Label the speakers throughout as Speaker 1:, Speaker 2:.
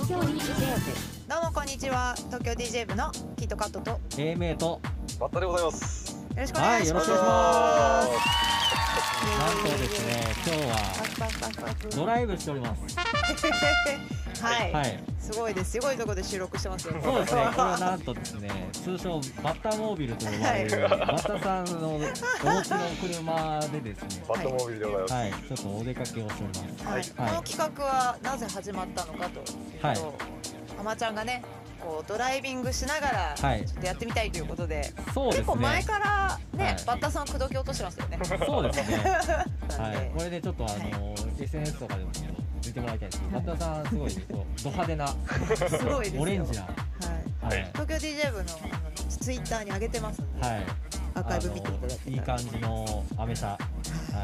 Speaker 1: どうもこんにちは東京 DJ 部のキットカットとよ
Speaker 2: 英明と
Speaker 3: バッタでございます。
Speaker 1: ろしくお
Speaker 2: は
Speaker 1: 願い
Speaker 2: い
Speaker 1: し
Speaker 2: よろ
Speaker 1: ます。
Speaker 2: しくお願いしますなんと
Speaker 1: イエイイエイイエイ
Speaker 2: ですね今日
Speaker 1: パ
Speaker 2: は
Speaker 1: クパクパクパク
Speaker 2: ドライブしております
Speaker 1: はい、
Speaker 2: はい
Speaker 1: すごいです。すごいとこで収録してますよ。
Speaker 2: そうですねこれはなんとですね通称バッタモービルと呼ばれる
Speaker 3: はい
Speaker 2: バッタさんのお持ちの車でですね
Speaker 3: バットモービルでございます。
Speaker 2: はいちょっとお出かけをしております
Speaker 1: はい、こ
Speaker 2: はい
Speaker 1: の企画はなぜ始まったのかというと、
Speaker 2: はい
Speaker 1: あまちゃんがねこうドライビングしながらち
Speaker 2: はい
Speaker 1: ょっとやってみたいということで、
Speaker 2: そうで
Speaker 1: 結
Speaker 2: す
Speaker 1: 構前
Speaker 2: ね
Speaker 1: からね、
Speaker 2: はい
Speaker 1: バッタさん口説き落としてましたよね。
Speaker 2: そうですね
Speaker 1: なん
Speaker 2: は
Speaker 1: で
Speaker 2: いこれでちょっとあの SNS とかでもちょっと見てもらいたいですけどバッタさんすごいこうド派手な
Speaker 1: すごいですよ
Speaker 2: オレンジな
Speaker 1: はい、
Speaker 2: はい
Speaker 1: 東京 DJ 部のあのツイッターに上げてますんで、
Speaker 2: はい
Speaker 1: アーカイブ見ていただ
Speaker 2: あの
Speaker 1: け
Speaker 2: い
Speaker 1: た
Speaker 2: い
Speaker 1: ら
Speaker 2: 感。じのアメ車は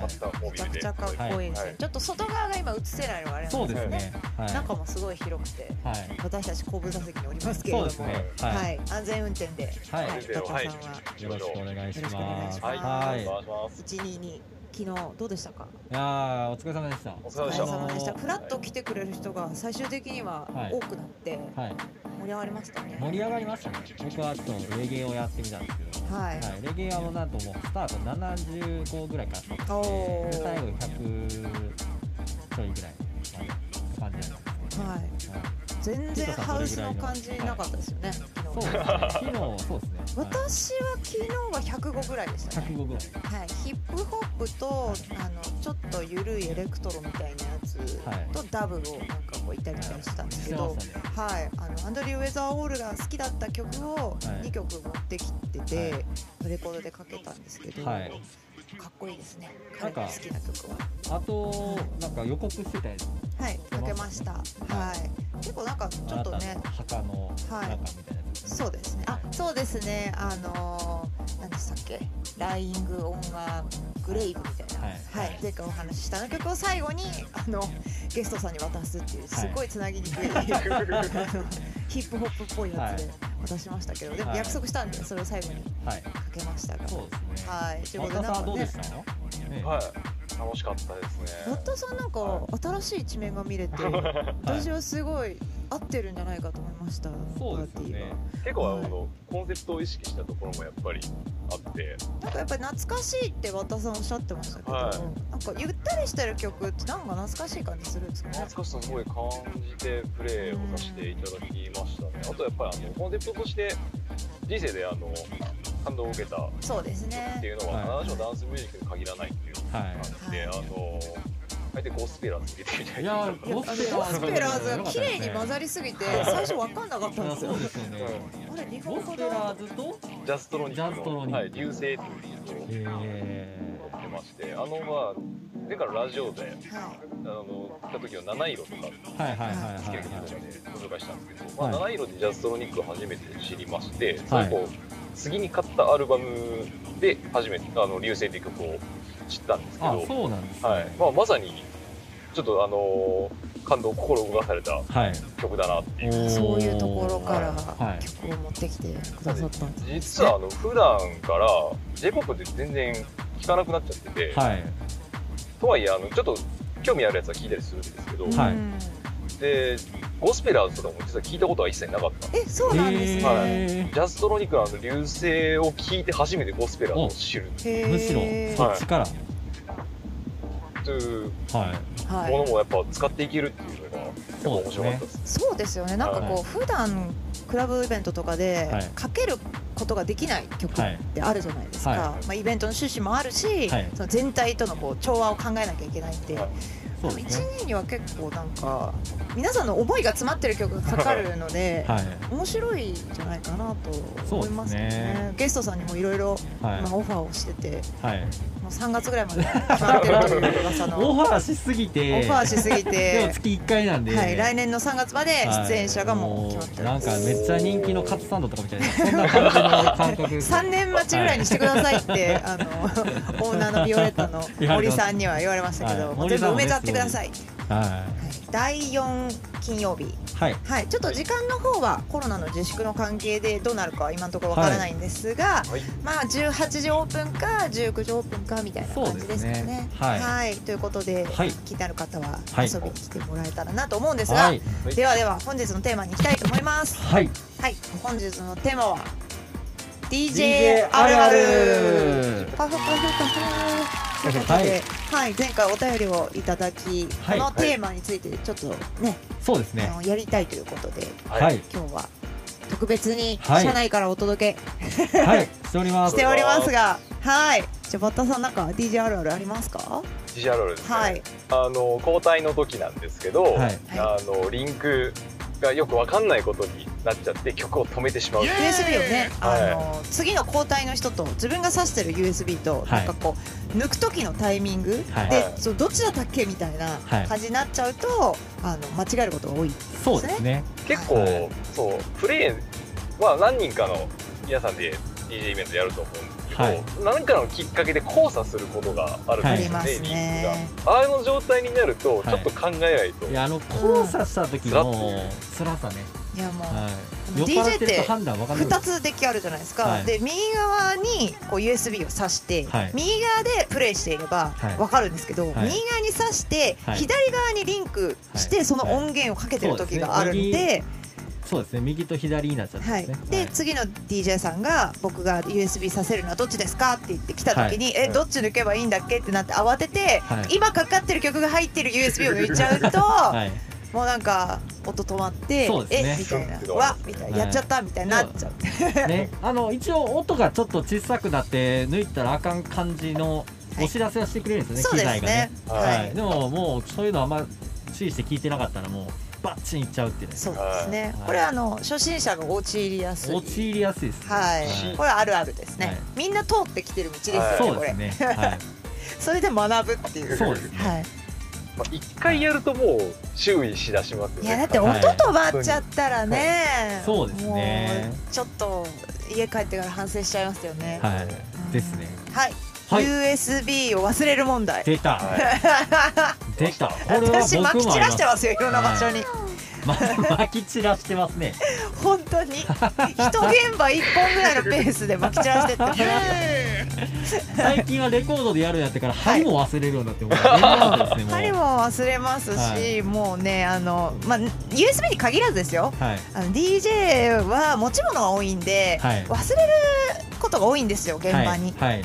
Speaker 3: バッタモー
Speaker 1: めちゃ
Speaker 3: ビル
Speaker 1: く
Speaker 3: で。
Speaker 1: ちゃかっこいいですね、
Speaker 3: はい
Speaker 1: ちょっと外側が今映せないのがあれ
Speaker 2: い
Speaker 1: なん
Speaker 2: そうです
Speaker 1: けど
Speaker 2: ねはい
Speaker 1: 中もすごい広くて
Speaker 2: はい
Speaker 1: 私たち後部座席におりますけれど
Speaker 2: そう
Speaker 1: も
Speaker 2: ですね。
Speaker 1: はい、
Speaker 2: は
Speaker 1: 安全運転で、
Speaker 2: は
Speaker 1: はいい、
Speaker 3: 運転を
Speaker 1: 高田さんは
Speaker 2: はい。よろしくお願いし
Speaker 1: よろしく
Speaker 2: ます。
Speaker 1: お願いします
Speaker 2: はい。い
Speaker 3: お願いします。
Speaker 1: 122昨日どうでしたか
Speaker 2: やーお疲れ様でした。
Speaker 3: お疲れ
Speaker 1: お疲
Speaker 3: 様で
Speaker 1: れ様で
Speaker 3: し
Speaker 1: した
Speaker 2: あの
Speaker 1: フラッと来てくれる人が最終的には
Speaker 2: はい
Speaker 1: 多くなって
Speaker 2: ーはい。
Speaker 1: 盛り上がりましたね
Speaker 2: 盛り上がりましたね。僕はちょっとレゲエをやってみたんですけど。は
Speaker 1: はい、
Speaker 2: い。レゲエはもうなんともうスタート75ぐらいからスタート
Speaker 1: おー
Speaker 2: して、で最後100ちょいぐらいまでって感じなんです
Speaker 1: はい、
Speaker 2: けど。はい
Speaker 1: 全然ハウスの感じなかったですよね
Speaker 2: そう
Speaker 1: 昨日
Speaker 2: ですね。昨日そうですね。はい
Speaker 1: 私は昨日は105ぐらいでしたね
Speaker 2: 105ぐらい。
Speaker 1: はい、ヒップホップとあのちょっと緩いエレクトロみたいなやつ
Speaker 2: はい
Speaker 1: とダブルをなんかこういたり来たりしたんですけ
Speaker 2: は
Speaker 1: ど
Speaker 2: いしてま、
Speaker 1: はい、あのアンドリュー・ウェザー・オールが好きだった曲を
Speaker 2: い
Speaker 1: 2曲持ってきてて、
Speaker 2: はい
Speaker 1: レコードでかけたんですけど、
Speaker 2: はい。
Speaker 1: かっこいいですね
Speaker 2: な
Speaker 1: 彼
Speaker 2: んか
Speaker 1: の好きな曲は。
Speaker 2: あとなんか予告してたやつ。
Speaker 1: はい、かけました、はい、結構なんかちょっと
Speaker 2: あ
Speaker 1: ね
Speaker 2: なたの墓の
Speaker 1: はい
Speaker 2: 中みたいなやつですね。
Speaker 1: そうですね。あ、そうですね。あのー、何でしたっけ？ライイングオンアグレイブみたいな。
Speaker 2: は
Speaker 1: はいい。はい、前回お話ししたあの曲を最後にあのゲストさんに渡すっていうすごいつなぎにく い、あのヒップホップっぽいやつで渡しましたけど、でも
Speaker 2: はい
Speaker 1: 約束したんでそれを最後に
Speaker 2: はい。
Speaker 1: かけましたが。
Speaker 2: そうですね。
Speaker 1: はい。という
Speaker 2: 松
Speaker 1: こと
Speaker 2: 田
Speaker 1: で
Speaker 2: さん
Speaker 1: なん
Speaker 2: はど
Speaker 1: か
Speaker 2: う
Speaker 1: ね
Speaker 2: でし。た？ね
Speaker 3: はい。楽しかったですね。
Speaker 1: ロッタさんなんか新しい一面が見れて、私はすごい合ってるんじゃないかと思いました。
Speaker 2: そう
Speaker 1: パ
Speaker 2: ですよ
Speaker 1: ーティー
Speaker 2: ね
Speaker 1: は。
Speaker 3: 結構あのコンセプトを意識したところもやっぱりあって、
Speaker 1: なんかやっぱり懐かしいって和田さんおっしゃってましたけど、
Speaker 3: は
Speaker 1: なんかゆったりしてる曲ってなんか懐かしい感じするんですかね。
Speaker 3: 懐かしさすごい感じてプレーをさせていただきましたね。あとやっぱりあのコンセプトとして人生であの感動を受けたっ
Speaker 1: そうです
Speaker 3: てい
Speaker 1: ね。
Speaker 3: うのは
Speaker 2: はい
Speaker 3: 必ずしもダンスミュージックに限らないっていう
Speaker 2: は
Speaker 3: 感じで、あ
Speaker 1: はい
Speaker 3: のあえてゴスペラつけてみた
Speaker 2: い。い
Speaker 3: いな。
Speaker 2: や
Speaker 1: いやあの
Speaker 2: ゴ
Speaker 1: ゴ
Speaker 2: スペラー
Speaker 1: スペラーズが綺麗に混ざりすぎて最初わかんなかったんですよ
Speaker 2: そう。ですよね。
Speaker 1: あれ日本
Speaker 2: ゴ
Speaker 1: 語
Speaker 2: スペ
Speaker 1: だ。
Speaker 2: ラーズと
Speaker 3: ジャストロニ
Speaker 2: ジャストロ
Speaker 3: ッ
Speaker 2: ニック
Speaker 3: クの、はい、流星というのを
Speaker 2: え
Speaker 3: やってまして、あのまあ前からラジオで
Speaker 1: はい
Speaker 3: あの来た時の七色とかって
Speaker 2: ーはいはいはい
Speaker 3: 好き
Speaker 2: はい
Speaker 3: な曲
Speaker 2: は
Speaker 3: と
Speaker 2: い
Speaker 3: かでご紹介したんですけど、まあ、
Speaker 2: は
Speaker 3: 七色でジャストロニックを初めて知りまして、それ以降次に買ったアルバムで初めてあの流星という曲を知ったんですけど、
Speaker 2: あそうなんですね
Speaker 3: はい、まあまさにちょっとあの感動心動かされた
Speaker 2: はい
Speaker 3: 曲だなっていう。
Speaker 2: おー
Speaker 1: そういうところから
Speaker 2: はい
Speaker 1: 曲を持ってきてくださったんですね。
Speaker 3: 実はあの普段から J-POP って全然聴かなくなっちゃってて、
Speaker 2: はい
Speaker 3: とはいえあのちょっと興味あるやつは聞いたりするんですけど、
Speaker 2: はい
Speaker 1: うん
Speaker 3: でゴスペラーズとかも実は聞いたことは一切なかった
Speaker 1: え、そうなんですね。
Speaker 2: え
Speaker 3: ジャストロニックのあの流星を聞いて初めてゴスペラーズを知る
Speaker 1: へ
Speaker 2: ー
Speaker 1: ー
Speaker 2: むしろそっちから
Speaker 3: という
Speaker 2: はい
Speaker 1: は
Speaker 3: もの
Speaker 1: い。
Speaker 3: もやっぱ使っていけるっていうのがやっぱ面白かったですね
Speaker 1: そうですよね。なんかこう普段クラブイベントとかで
Speaker 2: はい
Speaker 1: かけることができない曲っ
Speaker 2: はい
Speaker 1: ってあるじゃないですか、
Speaker 2: はい
Speaker 1: まあ、イベントの趣旨もあるし、
Speaker 2: はい
Speaker 1: その全体とのこう調和を考えなきゃいけないんで、
Speaker 3: はい
Speaker 2: そう
Speaker 1: 1
Speaker 2: ですね
Speaker 1: 年には結構なんか皆さんの思いが詰まってる曲がかかるので、
Speaker 2: はい
Speaker 1: 面白いんじゃないかなと思いますよね
Speaker 2: そうですね
Speaker 1: ゲストさんにもいろいろ
Speaker 2: はい
Speaker 1: オファーをしてて
Speaker 2: はい
Speaker 1: もう3月ぐらいま で決まってるという噂の
Speaker 2: オ
Speaker 1: オ
Speaker 2: ファーしすぎて
Speaker 1: ファーしすぎ
Speaker 2: で
Speaker 1: て
Speaker 2: も。月1回なんで
Speaker 1: はい、来年の3月まで出演者がもう決まってる
Speaker 2: なん
Speaker 1: んで
Speaker 2: か
Speaker 1: す、
Speaker 2: めっちゃ人気のカツサンドとかみたいなそんな感じの 感覚です
Speaker 1: 3年待ちぐらいにしてくださいって、あのオーナーのビオレッタの森さんには言われましたけど、
Speaker 2: はい
Speaker 1: もう全部埋めちゃってください、
Speaker 2: は
Speaker 1: はい第4金曜日、
Speaker 2: はい
Speaker 1: はい、ちょっと時間の方はコロナの自粛の関係でどうなるかは今のところわからないんですが、
Speaker 3: はい。
Speaker 1: まあ18時オープンか19時オープンかみたいな感じですかね。
Speaker 2: そうですねはい
Speaker 1: ということで、
Speaker 2: はい
Speaker 1: 気になる方は
Speaker 2: はい
Speaker 1: 遊びに来てもらえたらなと思うんですが、
Speaker 2: はい
Speaker 1: ではでは本日のテーマに行きたいと思います。
Speaker 2: はい
Speaker 1: はい、本日のテーマは DJ
Speaker 2: DJ
Speaker 1: あ
Speaker 2: あ
Speaker 1: る
Speaker 2: る
Speaker 1: あ
Speaker 2: あ
Speaker 1: る
Speaker 2: る。
Speaker 1: パフパフパフ。ということで、はい、前回お便りをいただき、
Speaker 2: はい
Speaker 1: このテーマについてちょっとね、
Speaker 2: そうですね
Speaker 1: あのやりたいということで、
Speaker 2: は。い
Speaker 1: 今日は特別に
Speaker 2: はい
Speaker 1: 社内からお届け
Speaker 2: はいしておりま
Speaker 1: し
Speaker 2: す
Speaker 1: ておりますが、はい。じゃあバッタさんなんか DJ あるあるありますか？
Speaker 3: ジジャロールですね。
Speaker 1: はい。
Speaker 3: あの交代の時なんですけど、
Speaker 2: はい
Speaker 3: あのリンクがよくわかんないことになっちゃって曲を止めてしまう。
Speaker 1: USB をね、あ
Speaker 3: はい
Speaker 1: の次の交代の人と自分が挿してる USB と
Speaker 2: は
Speaker 1: ないんかこう抜く時のタイミング
Speaker 2: はい
Speaker 1: で
Speaker 3: はい
Speaker 1: そうどっちだったっけみたいな
Speaker 2: はい
Speaker 1: 感じになっちゃうとあの間違えることが多い。
Speaker 2: そうですね
Speaker 3: 結構、
Speaker 2: はい
Speaker 3: そうプレイは何人かの皆さんで DJ イベントやると思うんですけど、
Speaker 2: はい
Speaker 3: 何かのきっかけで交差することがあるん
Speaker 2: はい
Speaker 1: あ
Speaker 3: で
Speaker 1: り
Speaker 3: すよね、
Speaker 1: ますね。
Speaker 3: リンクが。あの状態になると
Speaker 2: はい
Speaker 3: ちょっと考えないと、
Speaker 2: いやあの交差した時の辛さね
Speaker 1: いやもう。
Speaker 2: はい
Speaker 1: でも
Speaker 2: 酔っ払
Speaker 1: DJ
Speaker 2: ってると
Speaker 1: って
Speaker 2: 判断わかんない
Speaker 1: 2つデッキあるじゃないですか、
Speaker 2: はい
Speaker 1: で右側にこう USB を挿して、
Speaker 2: はい
Speaker 1: 右側でプレイしていれば
Speaker 2: はい
Speaker 1: 分かるんですけど、
Speaker 2: はい
Speaker 1: 右側に挿して、
Speaker 2: はい
Speaker 1: 左側にリンクして、
Speaker 2: はい
Speaker 1: その音源をかけてる時があるん
Speaker 2: そう
Speaker 1: で
Speaker 2: で,、そうですね右と左になっちゃって
Speaker 1: は
Speaker 2: ま
Speaker 1: い
Speaker 2: すね
Speaker 1: で
Speaker 2: はい
Speaker 1: 次の DJ さんが僕が USB 挿せるのはどっちですかって言って来た時に、
Speaker 3: はい
Speaker 1: えどっち抜けばいいんだっけってなって慌てて、
Speaker 2: はい
Speaker 1: 今かかってる曲が入ってる USB を抜いちゃうと、
Speaker 2: はい
Speaker 1: もうなんか音止まって、
Speaker 2: そうですね
Speaker 1: えみたい
Speaker 3: ショック
Speaker 1: な
Speaker 3: だ
Speaker 1: わみたいな、やっちゃったみたいになっちゃって。
Speaker 2: ね、あの一応音がちょっと小さくなって抜いたらあかん感じのお知らせはしてくれるんですよ
Speaker 1: そう
Speaker 2: ね、
Speaker 1: で
Speaker 2: 機材
Speaker 1: す
Speaker 2: がね
Speaker 1: ね。
Speaker 3: は
Speaker 2: はい、でももうそういうのあんま注意して聞いてなかったらもうバッチンいっちゃうっていうね
Speaker 1: そうですね。
Speaker 2: はい
Speaker 1: これあの初心者が陥りやすい。
Speaker 2: 陥りやすいですね
Speaker 1: はい、これあるあるですね、
Speaker 2: はい
Speaker 1: みんな通ってきてる道ですよね、
Speaker 3: はい
Speaker 2: そう
Speaker 1: こ
Speaker 2: で
Speaker 1: れ
Speaker 2: すねは
Speaker 1: それで学ぶっていう
Speaker 2: いそうですね
Speaker 1: はい、
Speaker 3: まあ、1回やるともう注意しだしますよ
Speaker 1: い
Speaker 3: ね。
Speaker 1: やだって音止まっちゃったらね、
Speaker 2: そうですね
Speaker 1: もうちょっと家帰ってから反省しちゃいますよね
Speaker 2: はい、
Speaker 1: うん
Speaker 2: ですね
Speaker 1: はい、
Speaker 2: はい
Speaker 1: USB を忘れる問題
Speaker 2: 出た、出たこれは
Speaker 1: 私
Speaker 2: 僕も
Speaker 1: ま
Speaker 2: あり
Speaker 1: き散
Speaker 2: ま
Speaker 1: らし
Speaker 2: す
Speaker 1: てますよいろんな場所に、
Speaker 2: ままき散らしてますね
Speaker 1: 本当に一現場一本ぐらいのペースでまき散らして ってますよ
Speaker 2: 最近はレコードでやるんやってから
Speaker 1: はい
Speaker 2: 針も忘れるようになっ てもうやめました
Speaker 1: 針
Speaker 2: ですねもう
Speaker 1: も忘れますし、
Speaker 2: はい
Speaker 1: もうねあの、まあ、USB に限らずですよ
Speaker 2: はい
Speaker 1: あの DJ は持ち物が多いんで、
Speaker 2: はい
Speaker 1: 忘れることが多いんですよ現場に。
Speaker 2: はい、はい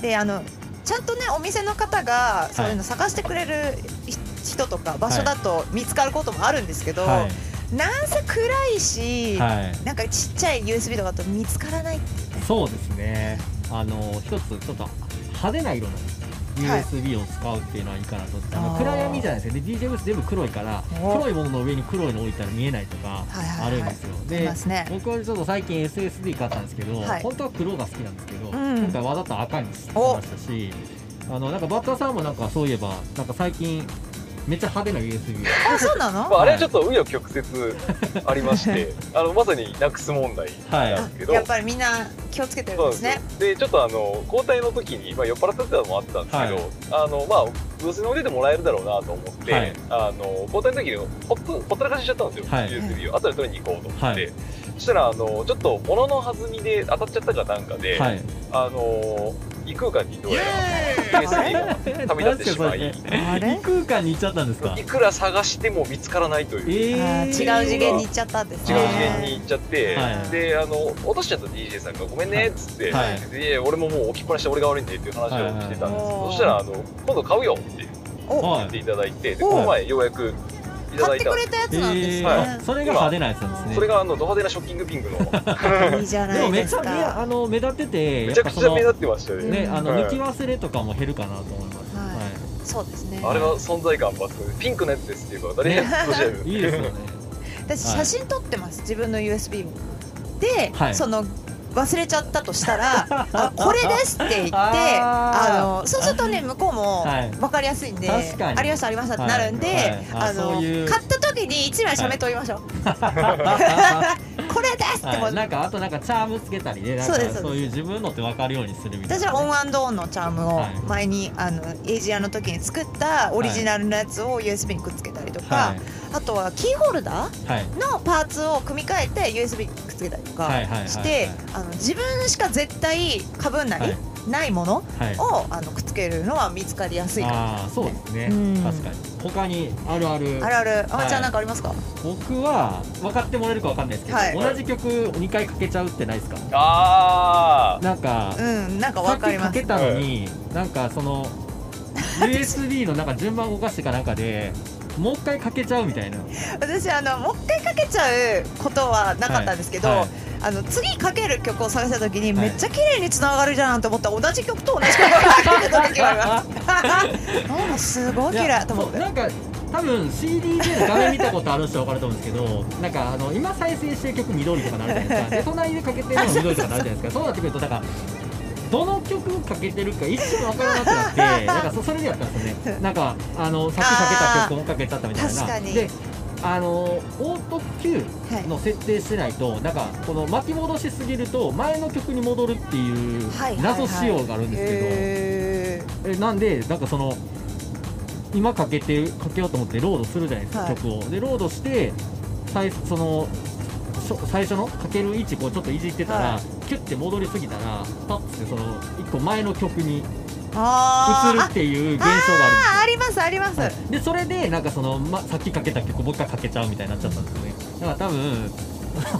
Speaker 1: であのちゃんとねお店の方がそういうの探してくれるひ人とか場所だと見つかることもあるんですけど、
Speaker 2: は
Speaker 1: なんせ暗いし、
Speaker 2: いはい
Speaker 1: なんかちっちゃい USB とかだと見つからないっていうね
Speaker 2: そうですね。あの一つちょっと派手な色の
Speaker 1: はい
Speaker 2: USB を使うっていうのはいいかなと思って、あ
Speaker 1: あ
Speaker 2: の
Speaker 1: ー
Speaker 2: 暗闇じゃないですか。で DJ ブース全部黒いから
Speaker 1: お
Speaker 2: 黒いものの上に黒いの置いたら見えないとか
Speaker 1: はいは
Speaker 2: あ
Speaker 1: い
Speaker 2: る
Speaker 1: は
Speaker 2: んで
Speaker 1: い
Speaker 2: すよ。
Speaker 1: あり
Speaker 2: で
Speaker 1: ますね。
Speaker 2: 僕はちょっと最近 SSD 買ったんですけど、
Speaker 1: はい
Speaker 2: 本当は黒が好きなんですけど、
Speaker 1: うん
Speaker 2: 今回わざと赤にしましたし、あのなんかバッターさんもなんかそういえばなんか最近めっちゃ派手な USB を
Speaker 1: あそうな
Speaker 3: ま
Speaker 1: の
Speaker 3: あ、あれはちょっと紆余曲折ありまして あのまさになくす問題なんですけど、
Speaker 1: やっぱりみんな気をつけてる
Speaker 3: そ
Speaker 1: ん
Speaker 3: う
Speaker 1: で
Speaker 3: ですす
Speaker 1: ね
Speaker 3: ね。でちょっとあの交代の時に、まあ、酔っ払ってたのもあったんですけど、あのまあブースに置いててもらえるだろうなと思って、
Speaker 2: はい
Speaker 3: あの交代の時にほっとほったらかしにしちゃったんですよ、
Speaker 2: はい
Speaker 3: USB を後で取りに行こうと思って、
Speaker 2: はい
Speaker 3: そしたらあのちょっと物の弾みで当たっちゃったかなんかで、
Speaker 2: はい。
Speaker 3: あの異空間にどうや ら USB が
Speaker 2: は
Speaker 3: 飛び出してしまい
Speaker 1: あれ
Speaker 2: 異空間に行っちゃったんですか
Speaker 3: い。くら探しても見つからないという。
Speaker 2: え
Speaker 1: あー
Speaker 2: ー、
Speaker 1: 違う次元に行っちゃったんです
Speaker 3: 違
Speaker 1: ね。
Speaker 3: う次元に行っちゃって、
Speaker 2: はい
Speaker 3: であの落としちゃった DJ さんが「ごめんね」っつって、
Speaker 2: はい
Speaker 3: でいや俺ももう置きっぱなしで俺が悪いんでっていう話をしてたんですけど、
Speaker 1: はいはい
Speaker 3: そしたらあの「今度買うよ」って
Speaker 1: お、
Speaker 2: は
Speaker 3: 言っていただいて、で
Speaker 1: お
Speaker 3: この前ようやくいただ
Speaker 1: 買っ
Speaker 3: い
Speaker 1: て
Speaker 3: た
Speaker 1: く
Speaker 3: んで
Speaker 1: れたやつ
Speaker 2: え
Speaker 3: す
Speaker 1: なんですね。
Speaker 2: ーあそれが派手なやつなんですね。
Speaker 3: それがあのド派手なショッキングピンクの
Speaker 1: いいじゃ
Speaker 2: で
Speaker 1: な
Speaker 2: も
Speaker 1: い
Speaker 2: め
Speaker 1: で
Speaker 2: っち
Speaker 1: す
Speaker 2: ゃ目
Speaker 1: か。
Speaker 2: あの目立ってて、
Speaker 3: め
Speaker 2: や
Speaker 3: ち
Speaker 2: っ
Speaker 3: ゃ
Speaker 2: ぱ
Speaker 3: く
Speaker 2: そ
Speaker 3: ちゃ
Speaker 2: の
Speaker 3: 目立ってましたね
Speaker 2: ねあの
Speaker 3: はい
Speaker 2: 抜き忘れとかも減るかなと思います。
Speaker 1: はい
Speaker 2: は
Speaker 1: そうですね。
Speaker 3: あれは存在感抜群ピンクのやつですっていうから誰にやつとしてる
Speaker 2: い、いいですよね。
Speaker 1: 私
Speaker 2: は
Speaker 1: 写
Speaker 2: い
Speaker 1: 真撮ってます。自分の USB も。で、
Speaker 2: はい
Speaker 1: その忘れちゃったとした ら、あこれですって言って、あ
Speaker 2: あ
Speaker 1: のそうするとね向こうも
Speaker 2: はい
Speaker 1: わかりやすいんで、
Speaker 2: 確かに
Speaker 1: ありましたありましたってなるんで、
Speaker 2: はいはいあ
Speaker 1: あの
Speaker 2: そういう
Speaker 1: 買った時に1枚喋っておきましょう、 これですっても
Speaker 2: は
Speaker 1: う
Speaker 2: い、なんかあとなんかチャームつけたりねなん
Speaker 1: そ
Speaker 2: か
Speaker 1: うですそうです
Speaker 2: そういう自分のって分かるようにするみたい
Speaker 1: 私
Speaker 2: な
Speaker 1: はオンオンのチャームを
Speaker 2: はい
Speaker 1: 前に、あのエイジアの時に作ったオリジナルのやつを USB にくっつけたりとか、
Speaker 2: はい
Speaker 1: あとはキーホルダー
Speaker 2: はい
Speaker 1: のパーツを組み替えて USB にくっつけたりとか
Speaker 2: はいはいはいはい
Speaker 1: してあの自分しか絶対かぶんない、
Speaker 2: はい
Speaker 1: ないもの
Speaker 2: はい
Speaker 1: をあのくっつけるのは見つかりやすいか
Speaker 2: ああそうですね、
Speaker 1: うん
Speaker 2: 確かに他にあるある
Speaker 1: らあるあるあま
Speaker 2: はい
Speaker 1: ちゃんなんかありますか、
Speaker 2: 僕は分かってもらえるか分かんないですけど、
Speaker 1: はい
Speaker 2: 同じ曲2回かけちゃうってないですか
Speaker 3: あ
Speaker 2: なんか、
Speaker 1: うんなんか
Speaker 2: さ
Speaker 1: わ
Speaker 2: っ
Speaker 1: か
Speaker 2: き
Speaker 1: り
Speaker 2: か
Speaker 1: ます
Speaker 2: けたのに、なんかその USB のなんか順番動かしてかなんかでもう一回かけちゃうみたいな
Speaker 1: 私あのもう一回かけちゃうことはなかったんですけど、
Speaker 2: はいはい
Speaker 1: あの次かける曲を探した時に
Speaker 2: はい
Speaker 1: めっちゃ綺麗につながるじゃんと思ったら同じ曲と同じ曲がかけた時があります。なんかすごい綺
Speaker 2: いや
Speaker 1: 麗と思っ
Speaker 2: そう
Speaker 1: て。
Speaker 2: なんか多分 CD で画面見たことある人は分かると思うんですけど なんかあの今再生してる曲緑とかなるじゃな いですかで隣でかけてるのも緑とかなるじゃないですかそうなってくるとなんかどの曲かけてるか一瞬分からなくなって なんかそそれでやったんですよねなんかあのさっきかけた曲もかけちゃったみたいな
Speaker 1: 確かに
Speaker 2: であのオート Q
Speaker 1: はい
Speaker 2: の設定してないとなんかこの巻き戻しすぎると前の曲に戻るっていう
Speaker 1: はいはいはい
Speaker 2: 謎仕様があるんですけど、
Speaker 1: へ
Speaker 2: えなんでなんかその今かけてかけようと思ってロードするじゃないですか、
Speaker 1: はい
Speaker 2: 曲をでロードして最そのしょ最初のかける位置こうちょっといじってたら、
Speaker 1: はい
Speaker 2: キュッて戻りすぎたらパッてその一個前の曲に移る
Speaker 1: ーあー
Speaker 2: っていう現象が
Speaker 1: あ
Speaker 2: あ
Speaker 1: ありますあります。
Speaker 2: るんですよはいでそれでなんかその、ま、さっきかけた曲もう一回かけちゃうみたいになっちゃったんですよねだから多分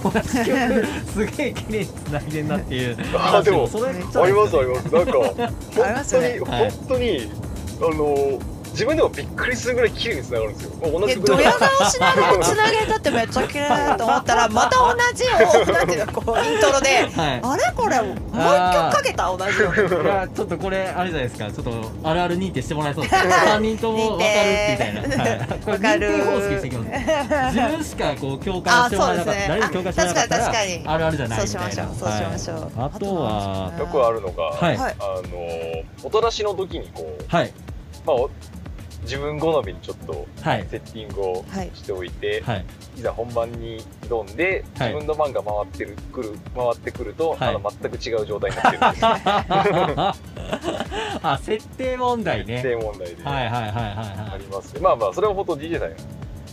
Speaker 2: 同じ曲すげえ綺麗に繋いでんなっていう
Speaker 3: あでも
Speaker 2: 話それめっちゃ
Speaker 3: あ、ありますあ
Speaker 2: よ
Speaker 3: ります。なんか、本
Speaker 1: ります
Speaker 3: 当
Speaker 1: よ
Speaker 3: に、
Speaker 1: ね
Speaker 2: はい
Speaker 3: 本当に、あの、自分でもびっくりするぐらい綺麗に繋がるんですよ。同
Speaker 1: い
Speaker 3: じ
Speaker 1: や
Speaker 3: 曲
Speaker 1: ド
Speaker 3: なのに
Speaker 1: ヤ顔しながらつなげたってめっちゃ綺麗だと思ったらまた同じをなんていうのこうイントロで
Speaker 2: はい
Speaker 1: あれこれもう一曲かけた同じの。
Speaker 2: いやちょっとこれあれじゃないですかちょっとあるある認定してもらえ そうです3人とも分かるみたいな、はい、これ
Speaker 1: わか
Speaker 2: 認
Speaker 1: る
Speaker 2: 定方式にしていきます自分しかこう共感しても
Speaker 1: あそ
Speaker 2: らえなかった、
Speaker 1: うですね
Speaker 2: 誰も共感してもらえなかった
Speaker 1: あ確かに確から
Speaker 2: あるあるじゃない
Speaker 1: そう
Speaker 2: み
Speaker 1: したま
Speaker 2: い
Speaker 1: しょ
Speaker 2: な
Speaker 1: うそうしましょう。
Speaker 2: はいあとは
Speaker 1: あ
Speaker 3: よくあるのが、
Speaker 2: はい
Speaker 1: はい
Speaker 3: あの、音出しの時にこう、
Speaker 2: はい
Speaker 3: まあ、お自分好みにちょっと
Speaker 2: はい
Speaker 3: セッティングを
Speaker 1: はい
Speaker 3: しておいて、
Speaker 2: はい
Speaker 3: いざ本番に挑んで、
Speaker 2: はい
Speaker 3: 自分の番が回ってるくる回ってくると、
Speaker 2: はい
Speaker 3: あの全く違う状態になって るって
Speaker 2: あ設定問題
Speaker 3: いう
Speaker 2: ね
Speaker 3: 設定問題で
Speaker 2: はい
Speaker 3: あ
Speaker 2: はいはいはいはい
Speaker 3: りますね、まあまあそれは本当 DJ さん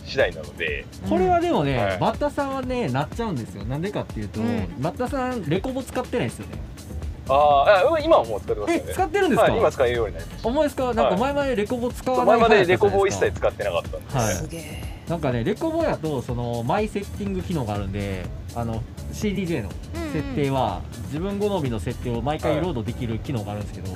Speaker 3: 次第なので
Speaker 2: これはでもね、
Speaker 3: はい
Speaker 2: バッタさんはねなっちゃうんですよなんでかっていうと、
Speaker 1: うん
Speaker 2: バッタさんレコボ使ってないですよね
Speaker 3: あああ今はもう使ってますよ
Speaker 2: え
Speaker 3: ね
Speaker 2: 使ってるんですか、
Speaker 3: はい、今使えるようになりました
Speaker 2: お前ですかなんか前々レコボ使わない
Speaker 3: 前までレコボ
Speaker 2: ボ
Speaker 3: を一切使ってなかったんで、
Speaker 2: はい
Speaker 1: すげえ。
Speaker 2: なんかね、レコボやとそのマイセッティング機能があるんで、あの CDJ の設定は自分好みの設定を毎回
Speaker 3: はい
Speaker 2: ロードできる機能があるんですけど、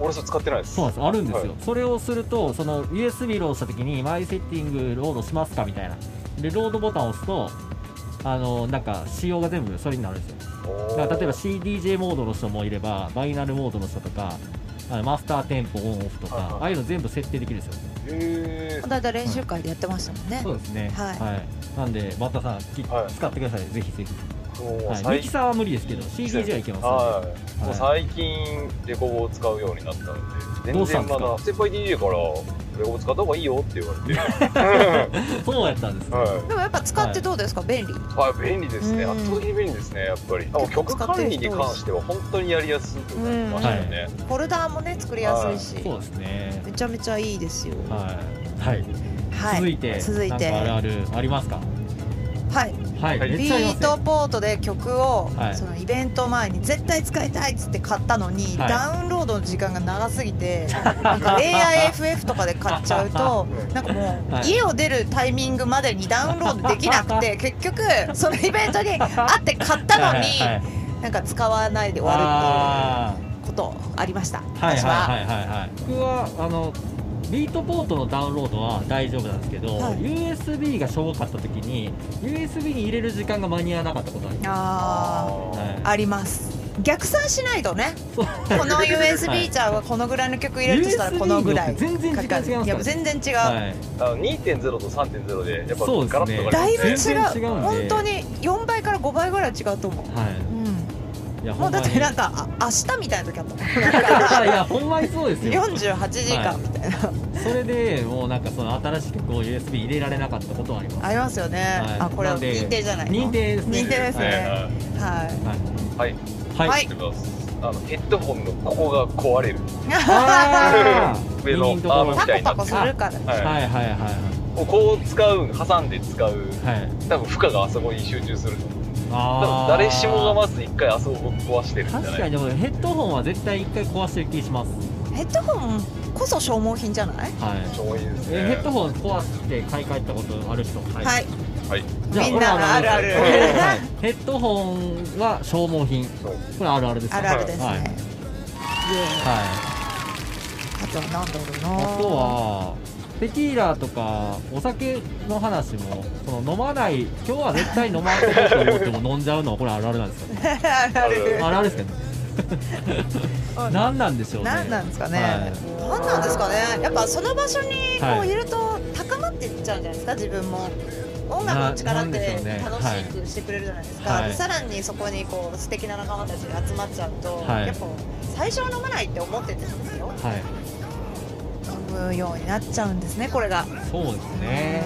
Speaker 3: 俺それ使ってないです
Speaker 2: そうなんです、あるんですよ。
Speaker 3: は
Speaker 2: それをするとその USB ロードした時にマイセッティングロードしますかみたいな、でロードボタンを押すと。あのなんか仕様が全部それになるんですよ
Speaker 3: おー
Speaker 2: だから例えば CDJ モードの人もいればバイナルモードの人とかあのマスターテンポオンオフとか、
Speaker 3: はいはい
Speaker 2: ああいうの全部設定できるんですよ
Speaker 3: へ
Speaker 1: だいたい練習会でやってましたもんね。
Speaker 2: そうですね
Speaker 1: はい
Speaker 2: なんでバッタさんき
Speaker 3: はい
Speaker 2: 使ってくださいぜひぜひ
Speaker 3: ーも
Speaker 2: は
Speaker 3: う
Speaker 2: い、ミ
Speaker 3: 最
Speaker 2: キ
Speaker 3: 近
Speaker 2: サーは無理ですけど CDJ はいけま
Speaker 3: はい、
Speaker 2: はい
Speaker 3: もう最近レコボを使うようになったので
Speaker 2: ど
Speaker 3: 全
Speaker 2: うしたんで
Speaker 3: 然
Speaker 2: す
Speaker 3: ま
Speaker 2: か
Speaker 3: だ先輩 DJ からレコボ使った方がいいよって言わ れて
Speaker 2: すねそうやったんですね
Speaker 3: はい
Speaker 1: でもやっぱ使ってどうですか、便利。
Speaker 3: あ便利ですね
Speaker 1: うん
Speaker 3: 圧倒的に便利ですねやっぱりあもう曲管理に関しては本当にやりやすくなりましたよね、
Speaker 1: フォルダーもね作りやすいし、
Speaker 2: そうですね
Speaker 1: めちゃめちゃいいですよ。
Speaker 2: はい、はい
Speaker 1: は
Speaker 2: 続いて
Speaker 1: 続い
Speaker 2: なんかある
Speaker 1: て
Speaker 2: あるありますか
Speaker 1: はい。
Speaker 2: はい、
Speaker 3: はい
Speaker 2: めっ
Speaker 1: ビ
Speaker 2: ちゃありま
Speaker 1: ー
Speaker 2: すよ
Speaker 1: トポートで曲を、
Speaker 2: はい
Speaker 1: そのイベント前に絶対使いたいっつって買ったのに、
Speaker 2: はい
Speaker 1: ダウンロードの時間が長すぎ てなんか AIFF とかで買っちゃうとなんかもう、
Speaker 2: はい
Speaker 1: 家を出るタイミングまでにダウンロードできなく て結局そのイベントにあって買ったのに、
Speaker 2: はいはいはい
Speaker 1: なんか使わないで終わ
Speaker 2: あ
Speaker 1: るっていうことありました、
Speaker 2: ーはい
Speaker 1: 私
Speaker 2: はいはいはいはい僕はあのビートポートのダウンロードは大丈夫なんですけど、
Speaker 1: はい
Speaker 2: USB がしょぼかった時に USB に入れる時間が間に合わなかったことあります
Speaker 1: あー
Speaker 2: はい
Speaker 1: あります逆算しないとね
Speaker 2: そう
Speaker 1: この
Speaker 2: は
Speaker 1: USB
Speaker 2: い
Speaker 1: ちゃんはこのぐらいの曲入れるとしたらこのぐらい
Speaker 2: USB によって全然時間違いますからね
Speaker 1: やっぱ全然違う、
Speaker 2: はい
Speaker 3: あの2.0と3.0でやっぱ
Speaker 2: そうですね
Speaker 3: ガラッと変わりま
Speaker 1: だい
Speaker 3: す
Speaker 1: ぶ違う
Speaker 2: 全然違うんで
Speaker 1: 本当に4倍から5倍ぐらい違うと思う、
Speaker 2: は
Speaker 1: う
Speaker 2: い、
Speaker 1: ん、
Speaker 2: いや
Speaker 1: もうだって
Speaker 2: ほんま
Speaker 1: なん
Speaker 2: に
Speaker 1: かあ明日みたいな時あったも んなんか
Speaker 2: いやほんまにそうですよ
Speaker 1: 48時間みたいな、
Speaker 2: それでもうなんかその新しくこう USB 入れられなかったことはあります
Speaker 1: ありますよね、
Speaker 2: はい
Speaker 1: あこれ
Speaker 2: な
Speaker 1: は
Speaker 2: んで
Speaker 1: 認定じゃないの
Speaker 2: 認定ですね
Speaker 1: 認定です
Speaker 3: はい
Speaker 1: ね
Speaker 3: は
Speaker 1: はい
Speaker 3: い
Speaker 2: は
Speaker 3: はい
Speaker 2: い、
Speaker 1: はい
Speaker 3: 知ってますあのヘッドホンのここが壊れる
Speaker 2: あー
Speaker 3: 上の
Speaker 2: 右ところ
Speaker 3: あー
Speaker 1: タコタコするからね
Speaker 3: はい、
Speaker 2: はいはいはい
Speaker 3: こう使う挟んで使う
Speaker 2: はいはい
Speaker 3: 多分負荷があそこに集中すると思う多
Speaker 2: あ
Speaker 3: 分
Speaker 2: ー
Speaker 3: 誰しもがまず一回あそこを壊してるんじゃない
Speaker 2: 確かにでもヘッドホンは絶対一回壊してる気します
Speaker 1: ヘッドホンこそ消耗品じゃない
Speaker 2: はい
Speaker 3: そういうですね
Speaker 2: えヘッドホン壊して買い替えたことある人は
Speaker 1: はい、
Speaker 3: はい
Speaker 2: じゃあ
Speaker 1: みんな
Speaker 2: これ
Speaker 1: のあるある
Speaker 2: これはい ヘッドホンは消耗品
Speaker 3: そう
Speaker 2: これあるあるです
Speaker 1: あ
Speaker 2: よ
Speaker 1: るあるですね、
Speaker 2: はい
Speaker 1: イエーイ
Speaker 2: はい
Speaker 1: あとは何だろうな
Speaker 2: あとはテキーラとかお酒の話もその飲まない今日は絶対飲まないと思っても飲んじゃうのはこれあるあるなんですよ ね
Speaker 1: あるある
Speaker 2: あるあるですけどね 何なんでしょうね
Speaker 1: 何なんですかね、
Speaker 2: はい
Speaker 1: 何なんですかねやっぱその場所にこ
Speaker 2: は
Speaker 1: う
Speaker 2: い
Speaker 1: いると高まっていっちゃうんじゃないですか自分も音楽の力っ
Speaker 2: ななんでしょう
Speaker 1: て
Speaker 2: ね
Speaker 1: 楽しくしてくれるじゃないですか、
Speaker 2: はい
Speaker 1: でさらにそこにこう素敵な仲間たちが集まっちゃうと、
Speaker 2: はい
Speaker 1: やっぱ最初は飲まないって思っててんですよ
Speaker 2: はい
Speaker 1: 飲むようになっちゃうんですねこれが、
Speaker 2: そうですね